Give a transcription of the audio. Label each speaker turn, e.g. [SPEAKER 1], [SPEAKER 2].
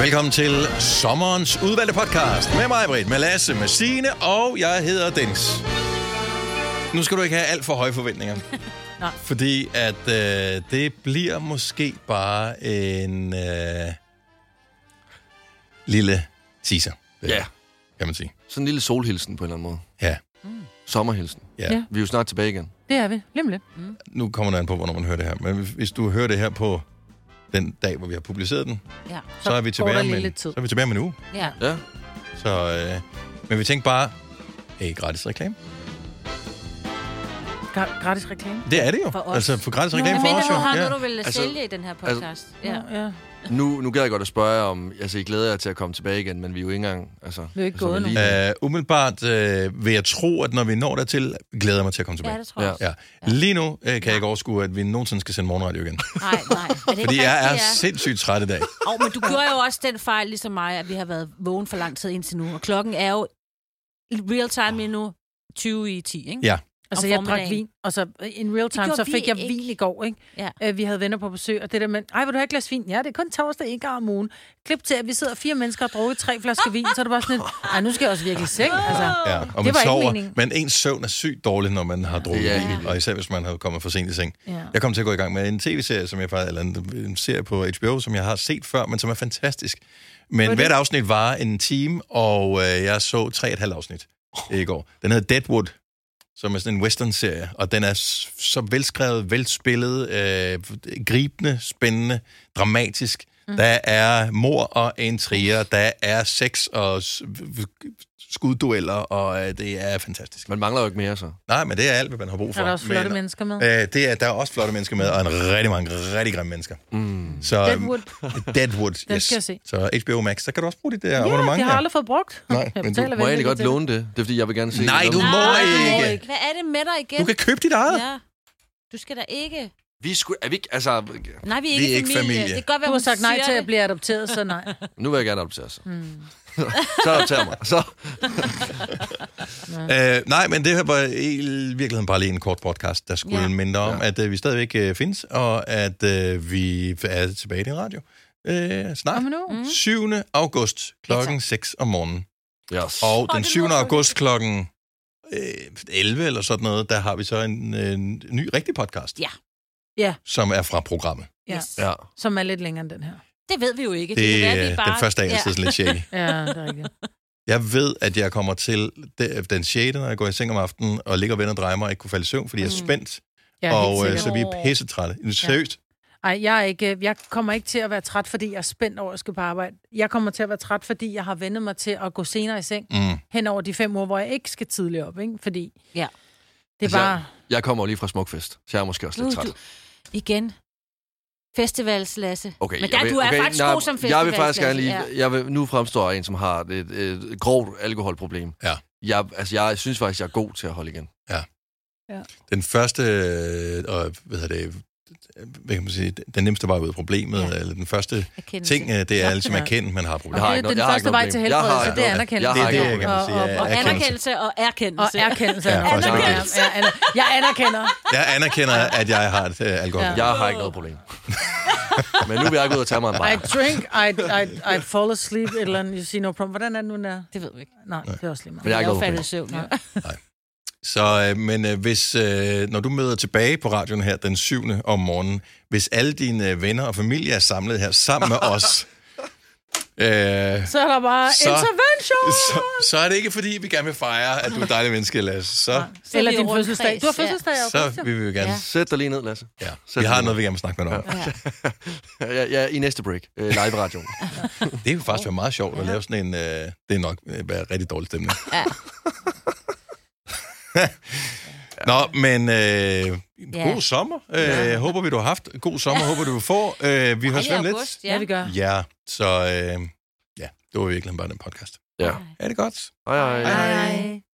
[SPEAKER 1] Velkommen til sommerens udvalgte podcast med mig, Britt, med Lasse, med Signe, og jeg hedder Dennis. Nu skal du ikke have alt for høje forventninger.
[SPEAKER 2] Nej.
[SPEAKER 1] Fordi at øh, det bliver måske bare en øh, lille teaser. Det
[SPEAKER 3] Ja.
[SPEAKER 1] Kan man sige.
[SPEAKER 3] Sådan en lille solhilsen på en eller anden måde.
[SPEAKER 1] Ja.
[SPEAKER 3] Sommerhilsen.
[SPEAKER 1] Ja.
[SPEAKER 2] Ja.
[SPEAKER 3] Vi er jo snart tilbage igen.
[SPEAKER 2] Det er vi. Lige om lidt. Mm.
[SPEAKER 1] Nu kommer det an på, hvornår man hører det her. Men hvis- hvis du hører det her på den dag, hvor vi har publiceret den,
[SPEAKER 2] Ja.
[SPEAKER 1] så, så er vi tilbage
[SPEAKER 2] Går der
[SPEAKER 1] om
[SPEAKER 2] lige
[SPEAKER 1] en,
[SPEAKER 2] lidt tid.
[SPEAKER 1] så er vi tilbage om en uge.
[SPEAKER 2] Ja.
[SPEAKER 3] Ja.
[SPEAKER 1] Så, øh, men vi tænkte bare, hey, gratis reklame.
[SPEAKER 2] Gra- gratis reklame.
[SPEAKER 1] Det er det jo.
[SPEAKER 2] For os.
[SPEAKER 1] Altså, for gratis
[SPEAKER 2] Nå,
[SPEAKER 1] reklame
[SPEAKER 2] jeg
[SPEAKER 1] for
[SPEAKER 4] Men
[SPEAKER 1] os
[SPEAKER 4] du
[SPEAKER 1] jo.
[SPEAKER 4] har
[SPEAKER 1] Ja.
[SPEAKER 4] noget, du vil
[SPEAKER 3] Altså-
[SPEAKER 4] sælge i den her podcast.
[SPEAKER 2] Ja.
[SPEAKER 4] ja.
[SPEAKER 2] ja.
[SPEAKER 3] Nu, nu gad jeg godt at spørge jer om... Altså, I glæder jer til at komme tilbage igen, men vi er jo ikke engang... Altså,
[SPEAKER 2] Vi er jo ikke
[SPEAKER 3] altså,
[SPEAKER 2] gået
[SPEAKER 3] lige-
[SPEAKER 1] Uh, umiddelbart øh, vil jeg tro, at når vi når dertil, glæder jeg mig til at komme tilbage.
[SPEAKER 4] ja, det tror jeg
[SPEAKER 3] Ja.
[SPEAKER 4] også.
[SPEAKER 1] Ja. Lige nu øh, kan jeg ikke overskue, at vi nogensinde skal sende morgenradio igen.
[SPEAKER 4] Nej, nej. Er det ikke
[SPEAKER 1] Fordi jeg er
[SPEAKER 4] rigtigt, ja?
[SPEAKER 1] sindssygt træt i dag.
[SPEAKER 4] Åh, men du gjorde jo også den fejl, ligesom mig, at vi har været vågen for lang tid indtil nu. Og klokken er jo real time lige nu 20 i 10, ikke?
[SPEAKER 1] Ja.
[SPEAKER 2] Altså,
[SPEAKER 4] Om
[SPEAKER 2] jeg drak
[SPEAKER 4] formiddagen.
[SPEAKER 2] vin, og så in real time,
[SPEAKER 4] gjorde
[SPEAKER 2] så
[SPEAKER 4] vi
[SPEAKER 2] fik jeg
[SPEAKER 4] ikke.
[SPEAKER 2] vin i går, ikke?
[SPEAKER 4] Ja.
[SPEAKER 2] Øh, vi havde venner på besøg, og det der med, ej, vil du have et glas vin? Ja, det er kun torsdag, ikke om ugen. Klip til, at vi sidder fire mennesker og drukker tre flasker vin, så er det bare sådan lidt, ej, nu skal jeg også virkelig i seng, altså.
[SPEAKER 1] Ja, og
[SPEAKER 2] Det
[SPEAKER 1] man
[SPEAKER 2] var ikke
[SPEAKER 1] sover.
[SPEAKER 2] meningen.
[SPEAKER 1] Men ens søvn er sygt dårlig, når man har drukket
[SPEAKER 3] Ja.
[SPEAKER 1] ja. Og især hvis man har kommet for sent i seng.
[SPEAKER 2] Ja.
[SPEAKER 1] Jeg kom til at gå i gang med en tv-serie, som jeg faktisk, eller en, en serie på HBO, som jeg har set før, men som er fantastisk. Men hvert afsnit var en time, og øh, jeg så tre og et halvt afsnit i går. Den hedder Deadwood, som er sådan en western-serie, og den er s- så velskrevet, velspillet, øh, gribende, spændende, dramatisk. Mm. Der er mor og intriger, der er sex og s- skuddueller, og øh, det er fantastisk.
[SPEAKER 3] Man mangler jo ikke mere, så. Mm.
[SPEAKER 1] Nej, men det er alt, hvad man har brug for.
[SPEAKER 2] Er der også flotte
[SPEAKER 1] men,
[SPEAKER 2] mennesker med?
[SPEAKER 1] Øh, det er, der er også flotte mennesker med, og en rigtig mange rigtig grimme mennesker.
[SPEAKER 3] Mm.
[SPEAKER 1] Så,
[SPEAKER 2] Deadwood.
[SPEAKER 1] Deadwood,
[SPEAKER 2] Den
[SPEAKER 1] yes.
[SPEAKER 2] skal jeg se.
[SPEAKER 1] Så HBO Max, der kan du også bruge dit der
[SPEAKER 2] Ja,
[SPEAKER 1] abonnement
[SPEAKER 2] det har jeg
[SPEAKER 1] der.
[SPEAKER 2] aldrig fået brugt.
[SPEAKER 1] Nej,
[SPEAKER 2] jeg
[SPEAKER 1] men du-
[SPEAKER 2] betaler
[SPEAKER 3] Må jeg egentlig
[SPEAKER 2] venlig
[SPEAKER 3] godt
[SPEAKER 2] til det.
[SPEAKER 3] låne det? Det er, fordi jeg vil gerne se
[SPEAKER 1] Nej,
[SPEAKER 3] det.
[SPEAKER 1] du må
[SPEAKER 4] Nej, du må
[SPEAKER 1] ikke.
[SPEAKER 4] ikke. Hvad er det med dig igen?
[SPEAKER 1] Du kan købe dit eget.
[SPEAKER 4] Ja. Du skal da ikke...
[SPEAKER 3] Vi er, sgu, er vi ikke... Altså,
[SPEAKER 4] Nej, vi er ikke,
[SPEAKER 1] Vi er ikke familie.
[SPEAKER 4] Det kan godt være,
[SPEAKER 2] Du har
[SPEAKER 4] hun
[SPEAKER 2] sagt nej
[SPEAKER 4] siger
[SPEAKER 2] til at
[SPEAKER 4] det.
[SPEAKER 2] blive adopteret, så nej.
[SPEAKER 3] nu vil jeg gerne adoptere, så. Mm. så adopterer mig. Så.
[SPEAKER 1] Øh, nej, men det her var i virkeligheden bare lige en kort podcast, der skulle ja.
[SPEAKER 4] Ja.
[SPEAKER 1] mindre om, ja. at øh, vi stadigvæk øh, findes, og at øh, vi er tilbage i din radio øh, snart.
[SPEAKER 2] Om en uge.
[SPEAKER 1] Mm. 7. august klokken 6 om morgenen.
[SPEAKER 3] Yes.
[SPEAKER 1] Og
[SPEAKER 4] Åh,
[SPEAKER 1] den
[SPEAKER 4] det
[SPEAKER 1] 7.
[SPEAKER 4] lyder
[SPEAKER 1] august klokken øh, 11 eller sådan noget, der har vi så en, øh, en ny rigtig podcast,
[SPEAKER 4] Ja.
[SPEAKER 2] Ja.
[SPEAKER 1] som er fra programmet.
[SPEAKER 2] Ja.
[SPEAKER 4] Yes.
[SPEAKER 3] Ja.
[SPEAKER 2] Som er lidt længere end den her.
[SPEAKER 4] Det ved vi jo ikke.
[SPEAKER 1] Det, det
[SPEAKER 4] kan
[SPEAKER 1] er
[SPEAKER 4] vi
[SPEAKER 1] den første dag, jeg sidder sådan lidt shaky.
[SPEAKER 2] Ja, det er rigtigt.
[SPEAKER 1] Jeg ved, at jeg kommer til de- den 6., når jeg går i seng om aftenen, og ligger og vender og drejer mig, og ikke kunne falde i søvn, fordi jeg er
[SPEAKER 4] Mm.
[SPEAKER 1] spændt,
[SPEAKER 2] Jeg er helt
[SPEAKER 1] og øh,
[SPEAKER 2] sikker.
[SPEAKER 1] så vi er pissetrætte. Seriøst,
[SPEAKER 2] Ej, jeg, er ikke, øh, jeg kommer ikke til at være træt, fordi jeg er spændt over at skulle på arbejde. Jeg kommer til at være træt, fordi jeg har vendet mig til at gå senere i seng
[SPEAKER 1] Mm.
[SPEAKER 2] hen over de fem uger, hvor jeg ikke skal tidligere op, ikke? Fordi
[SPEAKER 4] Ja.
[SPEAKER 2] det er
[SPEAKER 3] Altså,
[SPEAKER 2] bare...
[SPEAKER 3] Jeg kommer jo lige fra Smukfest, så jeg er måske
[SPEAKER 2] Uh,
[SPEAKER 3] også lidt
[SPEAKER 4] Du-
[SPEAKER 3] træt.
[SPEAKER 4] du- Igen. Festivalslasse.
[SPEAKER 3] Okay,
[SPEAKER 4] Men der,
[SPEAKER 3] jeg vil,
[SPEAKER 4] du er
[SPEAKER 3] okay,
[SPEAKER 4] faktisk
[SPEAKER 3] nej,
[SPEAKER 4] god som
[SPEAKER 3] Jeg vil faktisk
[SPEAKER 4] festivalsklasse,
[SPEAKER 3] gerne lige...
[SPEAKER 4] ja.
[SPEAKER 3] Jeg vil, nu fremstår jeg en, som har et, et, et grovt alkoholproblem.
[SPEAKER 1] Ja.
[SPEAKER 3] Jeg, altså, jeg synes faktisk, jeg er god til at holde igen.
[SPEAKER 1] den første, øh, og hvad hedder det, øh, hvad kan man sige, den nemmeste vej ud af problemet, ja.
[SPEAKER 4] Ja.
[SPEAKER 1] eller den første
[SPEAKER 4] Erkendelse.
[SPEAKER 1] ting, øh, det er alle, som er kendt, man har
[SPEAKER 2] Og
[SPEAKER 1] problemer.
[SPEAKER 3] har
[SPEAKER 2] det er
[SPEAKER 3] ikke noget-
[SPEAKER 2] den
[SPEAKER 3] jeg har
[SPEAKER 2] første
[SPEAKER 3] ikke
[SPEAKER 2] vej
[SPEAKER 3] noget
[SPEAKER 2] til
[SPEAKER 3] problem. Jeg
[SPEAKER 2] helvelse,
[SPEAKER 3] har
[SPEAKER 2] det er
[SPEAKER 3] ikke noget-
[SPEAKER 2] anerkendelse.
[SPEAKER 3] jeg
[SPEAKER 1] noget problem. Det er det, jeg
[SPEAKER 3] har ikke
[SPEAKER 1] kan man sige.
[SPEAKER 2] og, og,
[SPEAKER 1] Ja,
[SPEAKER 2] anerkendelse.
[SPEAKER 4] Anerkendelse og erkendelse.
[SPEAKER 2] Og erkendelse.
[SPEAKER 1] Ja,
[SPEAKER 2] Ja,
[SPEAKER 1] faktisk
[SPEAKER 2] anerkendelse. Ja, aner- jeg anerkender.
[SPEAKER 1] Jeg anerkender, at jeg har et øh, alkohol. Ja.
[SPEAKER 3] Jeg har ikke noget problem. Men nu vil jeg ikke ud og tage mig en
[SPEAKER 2] I
[SPEAKER 3] bajer.
[SPEAKER 2] drink, I, I, I fall asleep, et eller andet, you see no problem. Hvordan er det nu, den er?
[SPEAKER 4] Det ved vi ikke.
[SPEAKER 2] Nej, det er også lige meget.
[SPEAKER 3] Men jeg har
[SPEAKER 4] Jeg
[SPEAKER 3] ikke
[SPEAKER 4] er jo
[SPEAKER 3] noget
[SPEAKER 4] faldet
[SPEAKER 3] problem.
[SPEAKER 4] i søvn. Ja.
[SPEAKER 1] Så, øh, men øh, hvis, øh, når du møder tilbage på radioen her den 7. om morgenen, hvis alle dine øh, venner og familie er samlet her sammen med os, øh,
[SPEAKER 2] Så er der bare
[SPEAKER 1] Så-
[SPEAKER 2] intervention!
[SPEAKER 1] så, så er det ikke, fordi vi gerne vil fejre, at du er et dejligt menneske, Lasse. Så,
[SPEAKER 4] Så
[SPEAKER 2] Eller
[SPEAKER 4] vi er
[SPEAKER 2] din
[SPEAKER 4] rundt
[SPEAKER 2] fødselsdag.
[SPEAKER 4] kreds,
[SPEAKER 2] Du har
[SPEAKER 4] ja.
[SPEAKER 2] fødselsdag i august,
[SPEAKER 1] så
[SPEAKER 2] jo.
[SPEAKER 1] vil vi jo gerne...
[SPEAKER 4] Ja.
[SPEAKER 3] Sæt dig lige ned, Lasse.
[SPEAKER 1] Ja. Vi har noget, vi gerne vil snakke med dig om.
[SPEAKER 4] Ja.
[SPEAKER 3] Ja, ja, i næste break. Øh, live radioen.
[SPEAKER 1] Det kunne faktisk være meget sjovt at lave sådan en... Øh, det er nok øh, være rigtig dårlig stemning.
[SPEAKER 4] Ja.
[SPEAKER 1] Nå, men øh,
[SPEAKER 4] Ja.
[SPEAKER 1] god sommer. Øh, Håber vi, du har haft. God sommer, håber du, du får. Øh, vi høres
[SPEAKER 4] Ej,
[SPEAKER 1] ved om lidt.
[SPEAKER 4] august,
[SPEAKER 2] Ja, vi gør.
[SPEAKER 1] Ja, så øh, ja, det var virkelig bare den podcast.
[SPEAKER 3] Ja.
[SPEAKER 1] Er det godt?
[SPEAKER 3] Hej, hej.
[SPEAKER 1] Hej.
[SPEAKER 4] Hej.